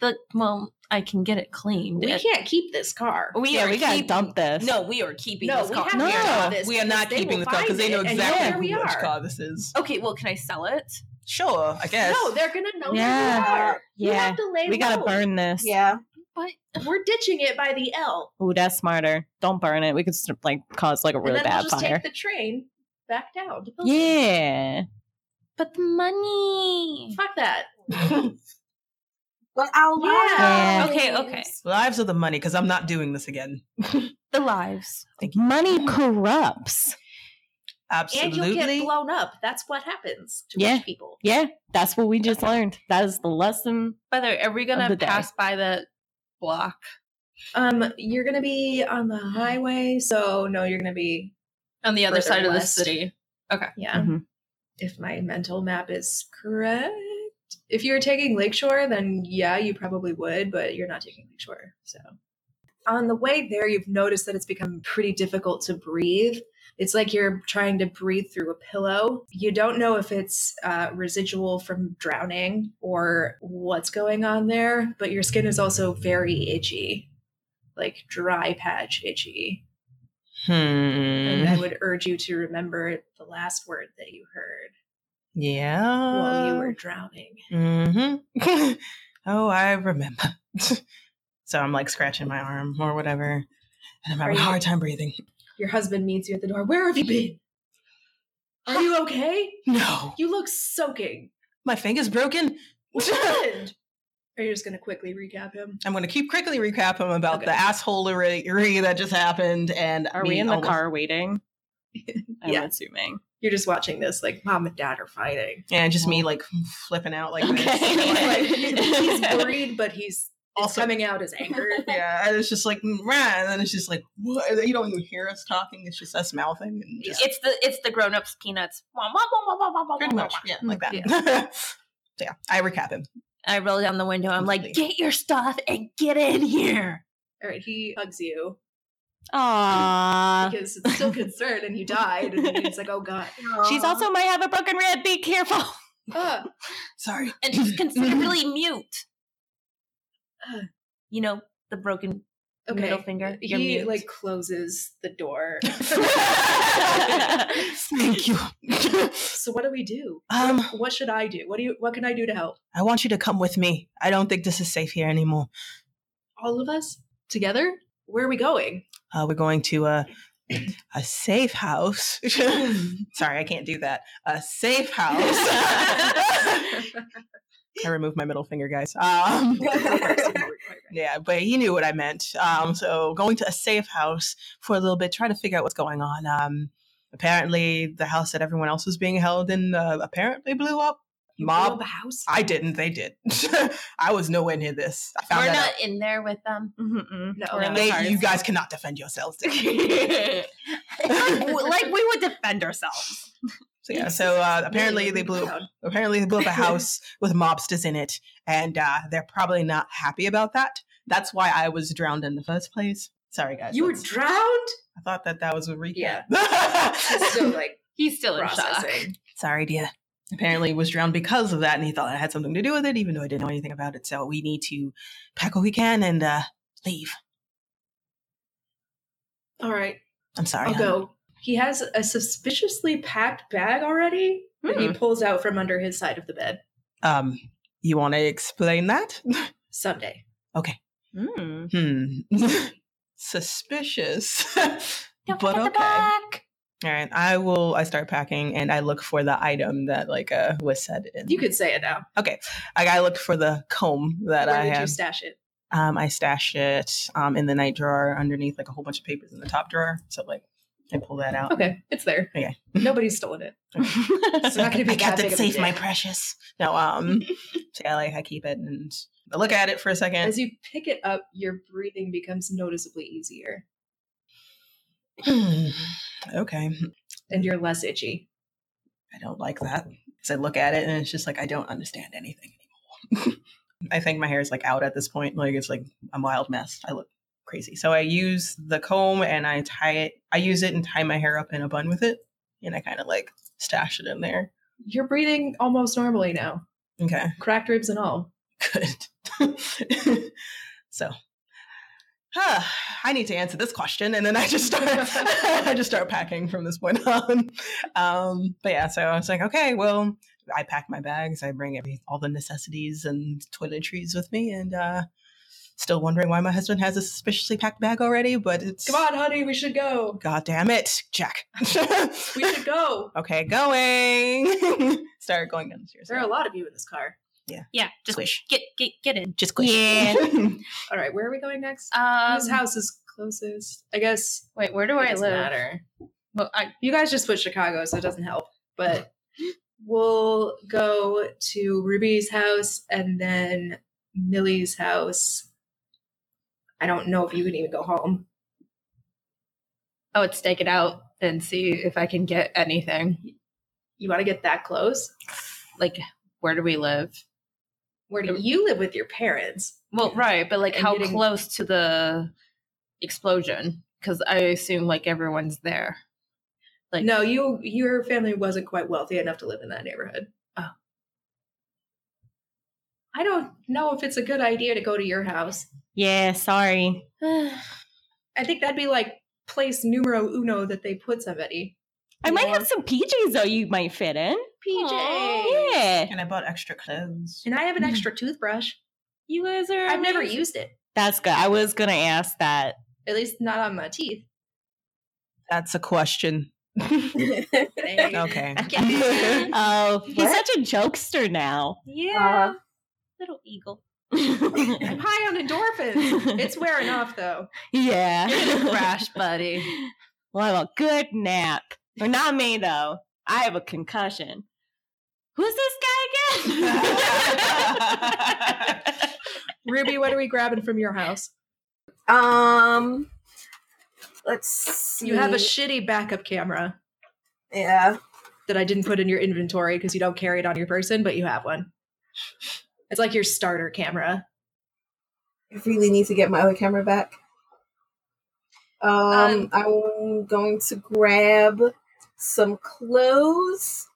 S3: The well, I can get it cleaned.
S1: We
S3: It-
S1: can't keep this car.
S3: we
S2: yeah,
S3: are
S2: we gotta
S3: keep-
S2: dump this.
S3: No, we are keeping
S1: no,
S3: this
S1: we
S3: car.
S1: have to
S2: No.
S1: stop this
S5: we are
S1: because
S5: not
S1: they
S5: keeping
S1: will
S5: the car because
S1: find
S5: they know
S1: it, and
S5: exactly
S1: here we
S5: which
S1: are. Oh.
S5: car this is.
S3: Okay, well, can I sell it?
S5: Sure, I guess.
S1: No, they're gonna know
S2: Yeah.
S1: where we are. You
S2: Yeah.
S1: have to lay
S2: we gotta
S1: low.
S2: burn this.
S4: Yeah.
S3: But
S1: We're ditching it by the L,
S2: Ooh, that's smarter. Don't burn it. We could sort of, like cause like a really
S1: and then we'll
S2: bad
S1: just
S2: fire.
S1: take the train back down. to Pilsen.
S2: yeah.
S3: but the money.
S1: Fuck that.
S4: But our
S1: Yeah.
S4: lives-
S3: Okay, okay.
S5: Lives of the money, because I'm not doing this again.
S3: The lives.
S2: Money corrupts.
S1: And you'll get
S5: Absolutely.
S1: blown up. That's what happens to
S2: Yeah.
S1: rich people.
S2: Yeah, that's what we just learned. That is the lesson.
S3: By the way, are we
S2: Of
S3: gonna
S2: the day.
S3: pass by the block?
S1: Um, you're gonna be on the highway, so no, you're gonna be
S3: On the other
S1: Further
S3: side of the
S1: west.
S3: city.
S1: yeah.
S2: Mhm.
S1: If my mental map is correct. If you were taking Lakeshore, then yeah, you probably would, but you're not taking Lakeshore. So on the way there, you've noticed that it's become pretty difficult to breathe. It's like you're trying to breathe through a pillow. You don't know if it's uh, residual from drowning or what's going on there, but your skin is also very itchy, like dry patch itchy. And I
S5: Hmm.
S1: would urge you to remember the last word that you heard
S5: Yeah.
S1: while
S3: Uh.
S1: you were drowning.
S5: hmm oh, I remember. so I'm like scratching my arm or whatever, and I'm
S1: Are
S5: having a
S1: you-
S5: hard time breathing.
S1: Your husband meets you at the door. Where have you been? Are you okay?
S5: No,
S1: You look soaking.
S5: my finger's broken.
S1: What happened? Are you just going to quickly recap him?
S5: I'm going to keep quickly recap him about
S1: Okay.
S5: the assholery that just happened. And
S2: Are
S5: me
S2: we in the
S5: almost-
S2: car waiting? I'm
S1: Yeah.
S2: assuming.
S1: You're just watching this, like, mom and dad are fighting.
S5: And just me like flipping out like
S2: Oh. Okay.
S5: this.
S1: Like, he's worried, but he's it's
S5: Also-
S1: coming out as anger.
S5: yeah, and it's just like, "Mm, rah," and then it's just like, what? You don't even hear us talking. It's just us mouthing and just
S3: It's the it's the grown ups peanuts. Wah, wah, wah, wah, wah, wah, wah,
S5: pretty
S3: wah,
S5: much,
S3: wah.
S5: yeah, like that. so yeah, I recap him.
S3: I roll down the window. I'm like,
S5: Completely.
S3: get your stuff and get in here.
S1: All right, he hugs you
S3: Uh.
S2: Aww.
S1: because it's still concerned and you died. And he's like, oh, God.
S2: She's
S4: Aw.
S2: also might have a broken rib. Be careful.
S1: Ah.
S5: Sorry.
S3: And she's considerably mute. You know, the broken middle finger. You're
S1: he
S3: mute.
S1: like closes the door.
S5: Thank you.
S1: so what do we do?
S5: um,
S1: What should I do? What do you? What can I do to help?
S5: I want you to come with me. I don't think this is safe here anymore.
S1: All of us together? Where are we going?
S5: Uh, we're going to a a safe house. Sorry, I can't do that. A safe house. I removed my middle finger, guys. Um, yeah, but he knew what I meant. Um, so going to a safe house for a little bit, try to figure out what's going on. Um, apparently, the house that everyone else was being held in uh, apparently blew up.
S1: You
S5: Mob
S1: build a house.
S5: I didn't. They did. I was nowhere near this. I found
S3: We're
S5: that
S3: not
S5: out.
S3: in there with them.
S1: No,
S2: Or
S1: no.
S2: in the
S5: They-
S2: cars.
S5: you guys cannot defend yourselves.
S3: like, w- like we would defend ourselves.
S5: So yeah. So uh, apparently they blew.
S1: Proud.
S5: Apparently they blew up a house with mobsters in it, and uh, they're probably not happy about that. That's why I was drowned in the first place. Sorry, guys.
S1: You were
S5: that's-
S1: drowned.
S5: I thought that that was a recap.
S1: Yeah. So like
S3: He's still in shock.
S1: processing.
S5: Sorry, dear. Apparently was drowned because of that, and he thought I had something to do with it, even though I didn't know anything about it. So we need to pack what we can and uh, leave.
S1: All right,
S5: I'm sorry.
S1: I'll
S5: hon.
S1: go. He has a suspiciously packed bag already that
S5: Hmm.
S1: he pulls out from under his side of the bed.
S5: Um, you want to explain that?
S1: Sunday.
S2: Mm.
S5: Hmm. Suspicious.
S3: Don't
S5: but
S3: forget the
S5: okay.
S3: back.
S5: All right. I will. I start packing, and I look for the item that like uh was said in.
S1: You could say it now.
S5: Okay. Like I looked for the comb that
S1: Where
S5: I
S1: did you
S5: have.
S1: stash it?
S5: um, I stashed it um in the night drawer underneath like a whole bunch of papers in the top drawer. So like I pull that out.
S1: Okay, it's there.
S5: Okay.
S1: Nobody's stolen it. It's not gonna be
S5: I kept
S1: that big
S5: it
S1: of a
S5: safe, my
S1: dick.
S5: precious. No. Um. so yeah, like I keep it and I look at it for a second.
S1: As you pick it up, your breathing becomes noticeably easier
S5: Hmm. okay.
S1: and you're less itchy.
S5: I don't like that. Because I look at it and it's just like I don't understand anything anymore. I think my hair is like out at this point. Like it's like a wild mess. I look crazy. So I use the comb and I tie it. I use it and tie my hair up in a bun with it. And I kind of like stash it in there.
S1: You're breathing almost normally now,
S5: Okay.
S1: cracked ribs and all.
S5: Good. So, huh, I need to answer this question, and then I just start, I just start packing from this point on. Um, but yeah, so I was like, okay, well, I pack my bags, I bring every all the necessities and toiletries with me, and uh, still wondering why my husband has a suspiciously packed bag already. But it's
S1: Come on, honey, we should go.
S5: God damn it, Jack.
S1: We should go.
S5: okay, going. Start going down the stairs.
S1: There are a lot of you in this car.
S3: Yeah, just
S5: Squish.
S3: get get get in.
S5: Just squish.
S2: Yeah.
S1: All right, where are we going next?
S3: Um,
S1: Whose house is closest? I guess
S3: wait, where do
S1: it
S3: I
S1: doesn't
S3: live?
S1: matter.
S3: Well, I,
S1: You guys just put Chicago, so it doesn't help. But we'll go to Ruby's house and then Millie's house. I don't know if you can even go home.
S3: I would stake it out and see if I can get anything.
S1: You want to get that close?
S3: Like, where do we live?
S1: Where do you live with your parents?
S3: Well, right, but like
S1: And
S3: how
S1: getting-
S3: close to the explosion? Because I assume like everyone's there. Like-
S1: no, you your family wasn't quite wealthy enough to live in that neighborhood.
S3: Oh.
S1: I don't know if it's a good idea to go to your house.
S2: yeah, sorry.
S1: I think that'd be like place numero uno that they put somebody.
S2: I might have some PJs though you might fit in.
S1: PJ.
S3: Aw.
S2: Yeah.
S5: And I bought extra clothes.
S1: And I have an extra toothbrush.
S3: You guys are.
S1: I've never
S3: amazing.
S1: used it.
S2: e-, That's good. I was gonna ask that.
S1: At least not on my teeth.
S5: That's a question. Okay.
S1: Okay.
S2: Oh, he's
S4: What?
S2: such a jokester now.
S3: Yeah, little eagle.
S1: I'm high on endorphins. It's wearing off though.
S2: yeah.
S3: Crash, buddy.
S2: Well, have a good nap. Or not me though. I have a concussion. Who's this guy again?
S1: Ruby, what are we grabbing from your house?
S4: um, let's see.
S1: You have a shitty backup camera
S4: yeah.
S1: that I didn't put in your inventory because you don't carry it on your person, but you have one. It's like your starter camera.
S4: I really need to get my other camera back. Um, I'm going to grab some clothes,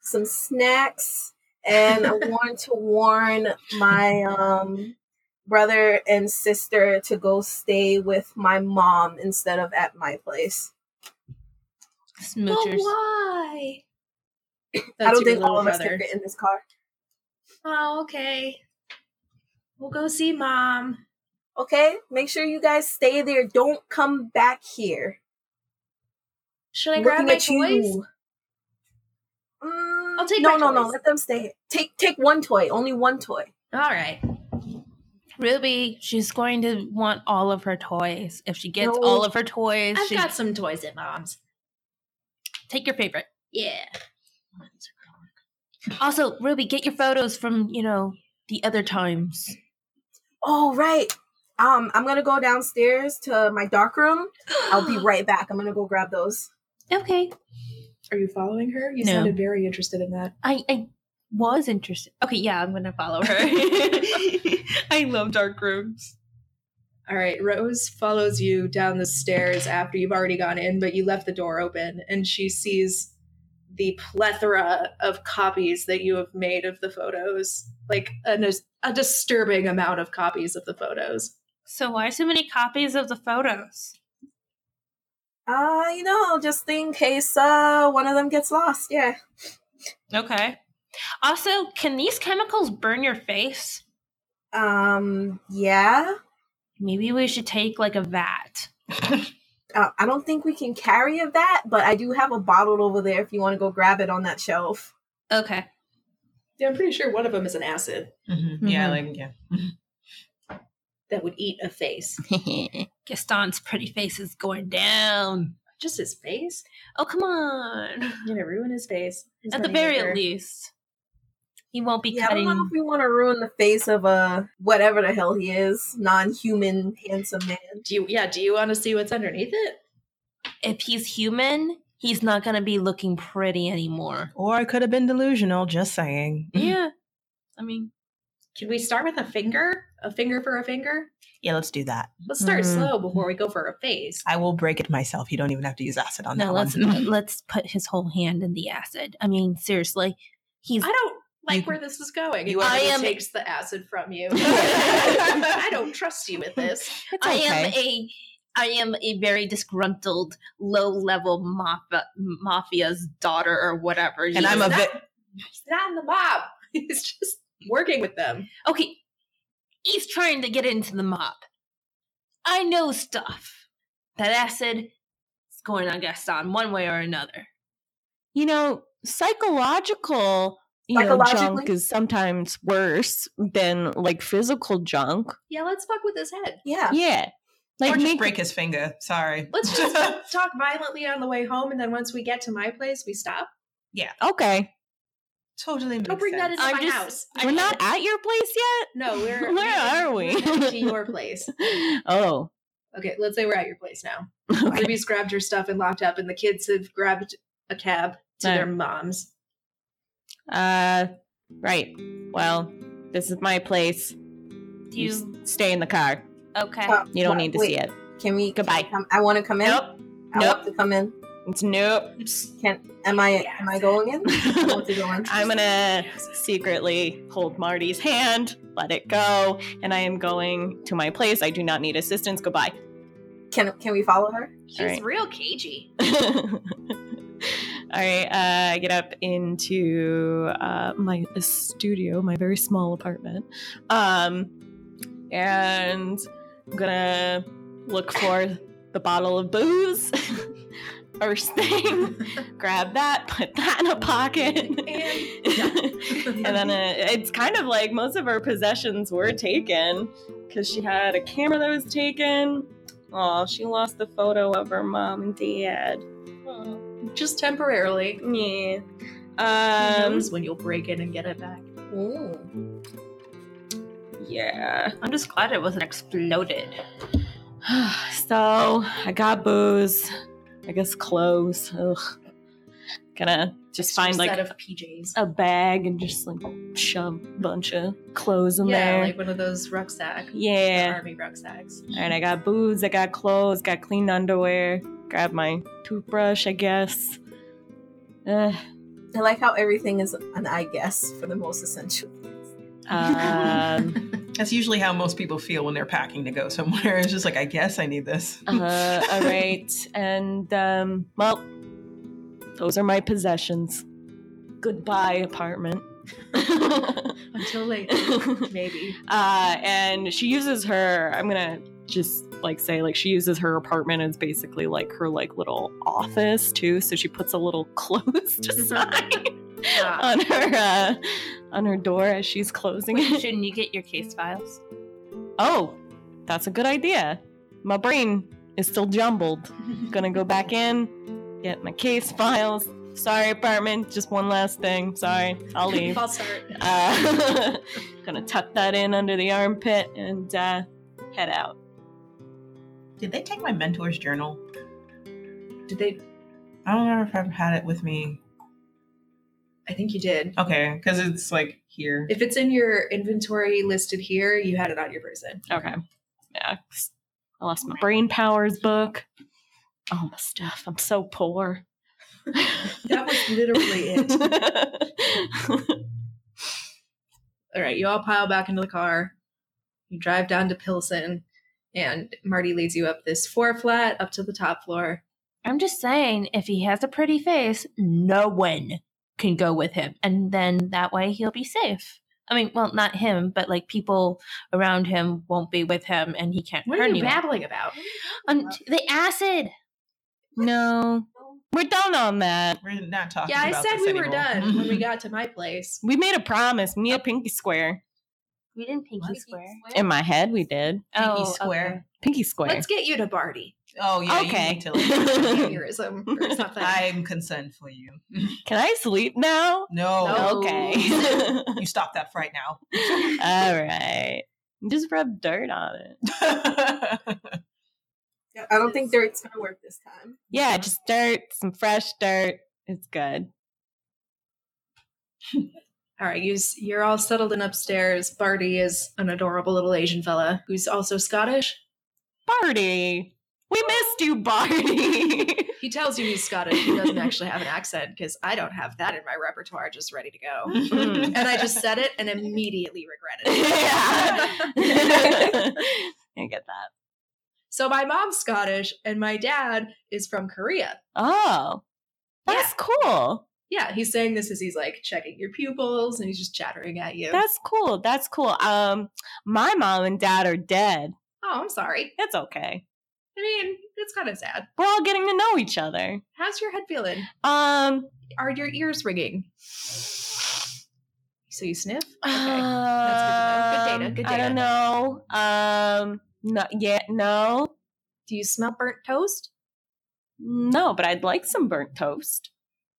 S4: some snacks, and I want to warn my um brother and sister to go stay with my mom instead of at my place.
S3: Smoochers.
S1: why?
S4: I don't think all of us can fit in this car.
S1: Oh, okay. We'll go see mom.
S4: Okay, make sure you guys stay there. Don't come back here.
S1: Should I
S4: Looking
S1: grab my
S4: at you.
S1: toys?
S4: Mm,
S1: I'll take my
S4: no, no, no.
S1: toys.
S4: Let them stay. here. Take take one toy, only one toy.
S1: All right.
S3: Ruby, she's going to want all of her toys. If she gets
S4: No.
S3: all of her toys,
S1: I've
S3: she
S1: got some toys at mom's.
S3: take your favorite.
S1: Yeah.
S3: Also, Ruby, get your photos from, you know, the other times.
S4: Oh right. Um, I'm gonna go downstairs to my dark room. I'll be right back. I'm gonna go grab those.
S3: Okay.
S1: Are you following her? You
S3: No.
S1: sounded very interested in that.
S3: I I was interested. Okay, yeah, I'm gonna follow her. I love dark rooms.
S1: All right, Rose follows you down the stairs after you've already gone in, but you left the door open, and she sees the plethora of copies that you have made of the photos, like an, a disturbing amount of copies of the photos.
S3: So why so many copies of the photos?
S4: Uh, you know, just in case uh one of them gets lost. Yeah.
S3: Okay. Also, can these chemicals burn your face?
S4: Um, yeah.
S3: Maybe we should take like a vat.
S4: Uh, I don't think we can carry of that, but I do have a bottle over there if you want to go grab it on that shelf.
S3: Okay.
S1: Yeah, I'm pretty sure one of them is an acid
S5: Yeah,
S1: Mm-hmm.
S5: like yeah.
S1: that would eat a face.
S3: Gaston's pretty face is going down.
S1: Just his face?
S3: Oh, come on.
S1: I'm gonna ruin his face. He's
S3: At
S1: my
S3: the very
S1: neighbor.
S3: least, he won't be
S4: Yeah, I don't know
S3: cutting.
S4: if we want to ruin the face of a whatever the hell he is, non-human handsome man.
S1: Do you? Yeah. Do you want to see what's underneath it?
S3: If he's human, he's not going to be looking pretty anymore.
S5: Or I could have been delusional, just saying.
S1: Mm-hmm.
S3: Yeah. I mean,
S1: Can we start with a finger? A finger for a finger?
S5: Yeah, let's do that.
S1: Let's start
S2: Hmm.
S1: slow before we go for a face.
S5: I will break it myself. You don't even have to use acid on
S3: no,
S5: that
S3: let's
S5: one.
S3: let's put his whole hand in the acid. I mean, seriously, he's
S1: I don't like
S5: You-
S1: where this was going.
S5: you
S1: and
S5: are-
S1: he
S4: I am-
S1: takes the acid from you. I don't trust you with this.
S2: It's
S3: I am
S2: okay.
S3: a I am a very disgruntled low level mafia mafia's daughter or whatever.
S5: And I'm a vi-
S1: He's not in the mob. He's just working with them.
S3: okay. He's trying to get into the mob. I know stuff. That acid is going on Gaston one way or another.
S2: you know, psychological you know, junk
S4: Psychologically?
S2: is sometimes worse than like physical junk.
S1: Yeah, let's fuck with his head.
S4: Yeah.
S2: Yeah.
S5: or
S2: Like
S5: just
S2: make,
S5: break his finger. Sorry.
S1: Let's just talk violently on the way home, and then once we get to my place, we stop.
S2: okay.
S5: totally. Makes
S1: Don't bring that
S5: sense.
S1: into
S2: I'm
S1: my
S2: just-
S1: house.
S2: We're not at your place
S1: No, we're
S2: Where are we?
S1: we're headed to your place.
S2: yet? Oh.
S1: Okay, let's say we're at your place now.
S2: Okay.
S1: Ruby's grabbed her stuff and locked up, and the kids have grabbed a cab to their moms.
S2: Uh right. Well, this is my place.
S3: Do you,
S2: s- stay in the car.
S3: okay?
S4: Uh,
S2: You don't
S4: wha-
S2: need to
S4: wait,
S2: see it.
S4: Can we?
S2: Goodbye.
S4: Can I, come- I want to come in.
S2: Nope.
S4: I
S2: nope.
S4: want to come in.
S2: It's nope.
S4: Can am I? Am I going in? I want to go in.
S2: I'm gonna secretly hold Marty's hand, let it go, and I am going to my place. I do not need assistance. Goodbye.
S4: Can Can we follow her?
S1: She's
S2: All right.
S1: real cagey.
S2: All right, uh, I get up into uh, my studio, my very small apartment, um, and I'm gonna look for the bottle of booze. First thing, grab that, put that in a pocket, and, then uh it's kind of like most of her possessions were taken because she had a camera that was taken. Oh, she lost the photo of her mom and dad.
S1: Just temporarily.
S2: Yeah.
S1: Who
S2: Um.
S1: knows when you'll break in and get it back.
S4: Ooh.
S2: Yeah.
S3: I'm just glad it wasn't exploded.
S2: So I got booze. I guess clothes. Ugh. Gonna just find
S1: set
S2: like
S1: of PJs.
S2: a bag and just like shove a bunch of clothes in
S1: yeah,
S2: there.
S1: like one of those rucksack,
S2: yeah.
S1: army rucksacks.
S2: Alright, I got booze, I got clothes, got clean underwear, grabbed my toothbrush, I guess. Eh, Ugh.
S4: I like how everything is an I guess for the most essential.
S2: um,
S5: That's usually how most people feel when they're packing to go somewhere. It's just like, I guess I need this.
S1: Uh-huh,
S2: uh, all right, and um, well, those are my possessions. Goodbye, apartment.
S1: Until late, maybe.
S2: uh, and she uses her. I'm gonna just like say like she uses her apartment as basically like her like little office too. So she puts a little closed sign
S1: Ah.
S2: on her uh, on her door as she's closing it.
S3: Shouldn't you get your case files?
S2: Oh, that's a good idea. My brain is still jumbled. Gonna go back in, get my case files. Sorry, apartment. Just one last thing. Sorry, I'll leave.
S1: False start.
S2: Uh, gonna tuck that in under the armpit and uh, head out.
S5: Did they take my mentor's journal?
S1: Did they?
S5: I don't know if I've had it with me.
S1: I think you did.
S5: Okay, because it's like here.
S1: If it's in your inventory listed here, you had it on your person.
S2: Okay. Yeah. I lost my brain powers book. All my stuff. I'm so poor.
S1: That was literally it. all right, you all pile back into the car. You drive down to Pilsen, and Marty leads you up this four flat up to the top floor.
S3: I'm just saying, if he has a pretty face, no one can go with him. And then that way he'll be safe. I mean, well, not him, but like people around him won't be with him and he can't
S1: What are
S3: hurt
S1: you
S3: anyone.
S1: babbling about?
S3: Um, the acid.
S2: no. We're done on that.
S5: We're not talking
S1: Yeah, I
S5: about
S1: said
S5: this
S1: we were
S5: anymore.
S1: done when we got to my place.
S2: We made a promise. Me a pinky square.
S3: We didn't pinky
S5: What?
S3: square.
S2: In my head, we did.
S5: Pinky
S3: okay.
S5: square.
S2: Pinky square.
S1: Oh. Let's get you to Barty.
S5: Oh, yeah. you
S2: Okay.
S5: need to, like-
S1: Aneurysm or something.
S5: I'm concerned for you.
S2: Can I sleep now?
S5: No.
S1: No.
S2: Okay.
S5: You stop that right now.
S2: All right. Just rub dirt on it.
S4: I don't think dirt's gonna work this time.
S2: Yeah, just dirt, some fresh dirt. It's good.
S1: All right, you, you're all settled in upstairs. Barty is an adorable little Asian fella who's also Scottish.
S2: Barty. We missed you, Barty.
S1: He tells you he's Scottish. He doesn't actually have an accent because I don't have that in my repertoire just ready to go.
S5: Mm-hmm.
S1: And I just said it and immediately regretted it.
S2: I get that.
S1: So my mom's Scottish and my dad is from Korea.
S2: Oh, that's cool.
S1: Yeah, he's saying this as he's like checking your pupils and he's just chattering at you.
S2: That's cool. That's cool. Um, my mom and dad are dead.
S1: oh, I'm sorry.
S2: It's okay.
S1: I mean, it's kind of sad.
S2: We're all getting to know each other.
S1: How's your head feeling?
S2: Um,
S1: Are your ears ringing? So you sniff?
S2: Uh. um,
S1: Good data, good
S2: I
S1: data.
S2: don't know. Um, not yet. No,
S1: Do you smell burnt toast?
S2: no. But I'd like some burnt toast.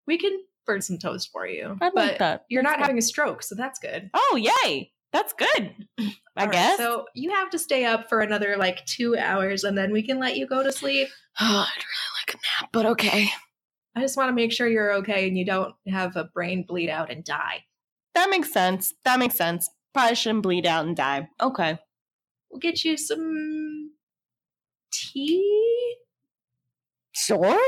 S1: We can burn some toast for you.
S2: I'd like that.
S1: You're
S2: That's
S1: not
S2: good.
S1: having a stroke, so that's good.
S2: Oh, yay! That's good. I
S1: All right,
S2: guess.
S1: so you have to stay up for another like two hours and then we can let you go to sleep.
S2: Oh, I'd really like a nap, but okay.
S1: I just want to make sure you're okay and you don't have a brain bleed out and die.
S2: That makes sense. That makes sense. Probably shouldn't bleed out and die. Okay.
S1: We'll get you some tea.
S2: Sure.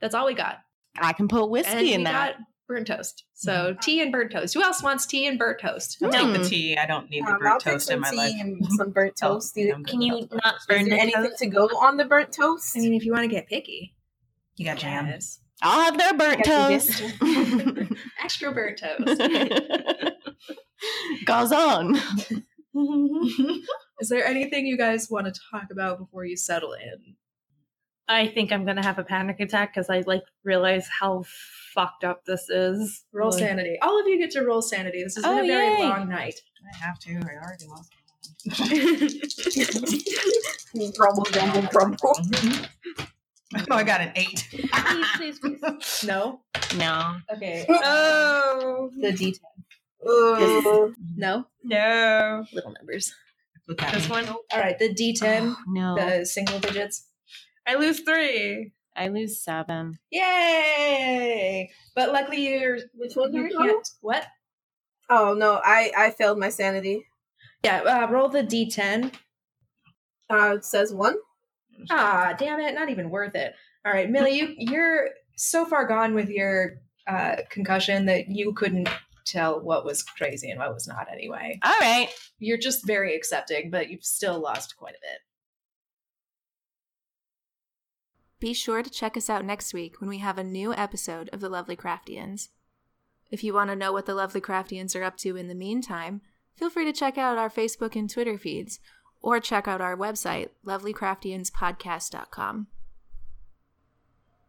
S1: That's all we got.
S2: I can put
S1: and
S2: whiskey
S1: we
S2: in that. Mm-hmm.
S1: got burnt toast. So tea and burnt toast. Who else wants tea and burnt toast?
S5: I'll take
S2: Mm.
S5: the tea. I don't need the
S4: Um, I'll
S5: burnt
S4: take
S5: toast
S4: some
S5: in my
S4: tea
S5: life.
S4: and some burnt
S5: Oh,
S4: toast.
S5: yeah,
S4: Is
S5: I'm good
S3: Can
S5: about
S3: you
S5: that.
S3: not
S4: there
S3: burn the
S4: anything to go on the burnt toast?
S1: I mean, if you want to get picky,
S5: You got jam.
S1: yes.
S2: I'll have their burnt
S4: Yes,
S2: toast.
S1: Extra burnt toast.
S2: Goes on. Mm-hmm.
S1: Is there anything you guys want to talk about before you settle in?
S6: I think I'm gonna have a panic attack because I like realize how fucked up this is.
S1: Roll
S6: Like,
S1: sanity. All of you get to roll sanity. This has been
S2: Oh,
S1: a very
S2: yay.
S1: long night.
S5: I have to. I already lost.
S4: Grumble, grumble, grumble.
S5: oh, I got an eight.
S3: Please, please, please.
S1: No.
S2: No.
S1: Okay.
S4: Oh.
S1: The D10.
S4: Ugh.
S1: No.
S6: No.
S1: Little numbers.
S5: Look at
S6: This
S5: me.
S6: one.
S1: All right. The D10.
S2: Oh, no.
S1: The single digits.
S6: I lose three.
S2: I lose seven.
S1: Yay! But luckily, you're
S4: Which one do
S1: you
S4: we roll?
S1: can't. What?
S4: Oh no, I I failed my sanity.
S1: Yeah. Uh, roll the D10.
S4: Uh, it says one.
S1: Ah, damn it! Not even worth it. All right, Millie, you you're so far gone with your uh, concussion that you couldn't tell what was crazy and what was not. Anyway,
S2: All right.
S1: you're just very accepting, but you've still lost quite a bit.
S7: Be sure to check us out next week when we have a new episode of The Lovely Craftians. If you want to know what the Lovely Craftians are up to in the meantime, feel free to check out our Facebook and Twitter feeds, or check out our website, lovelycraftianspodcast.com.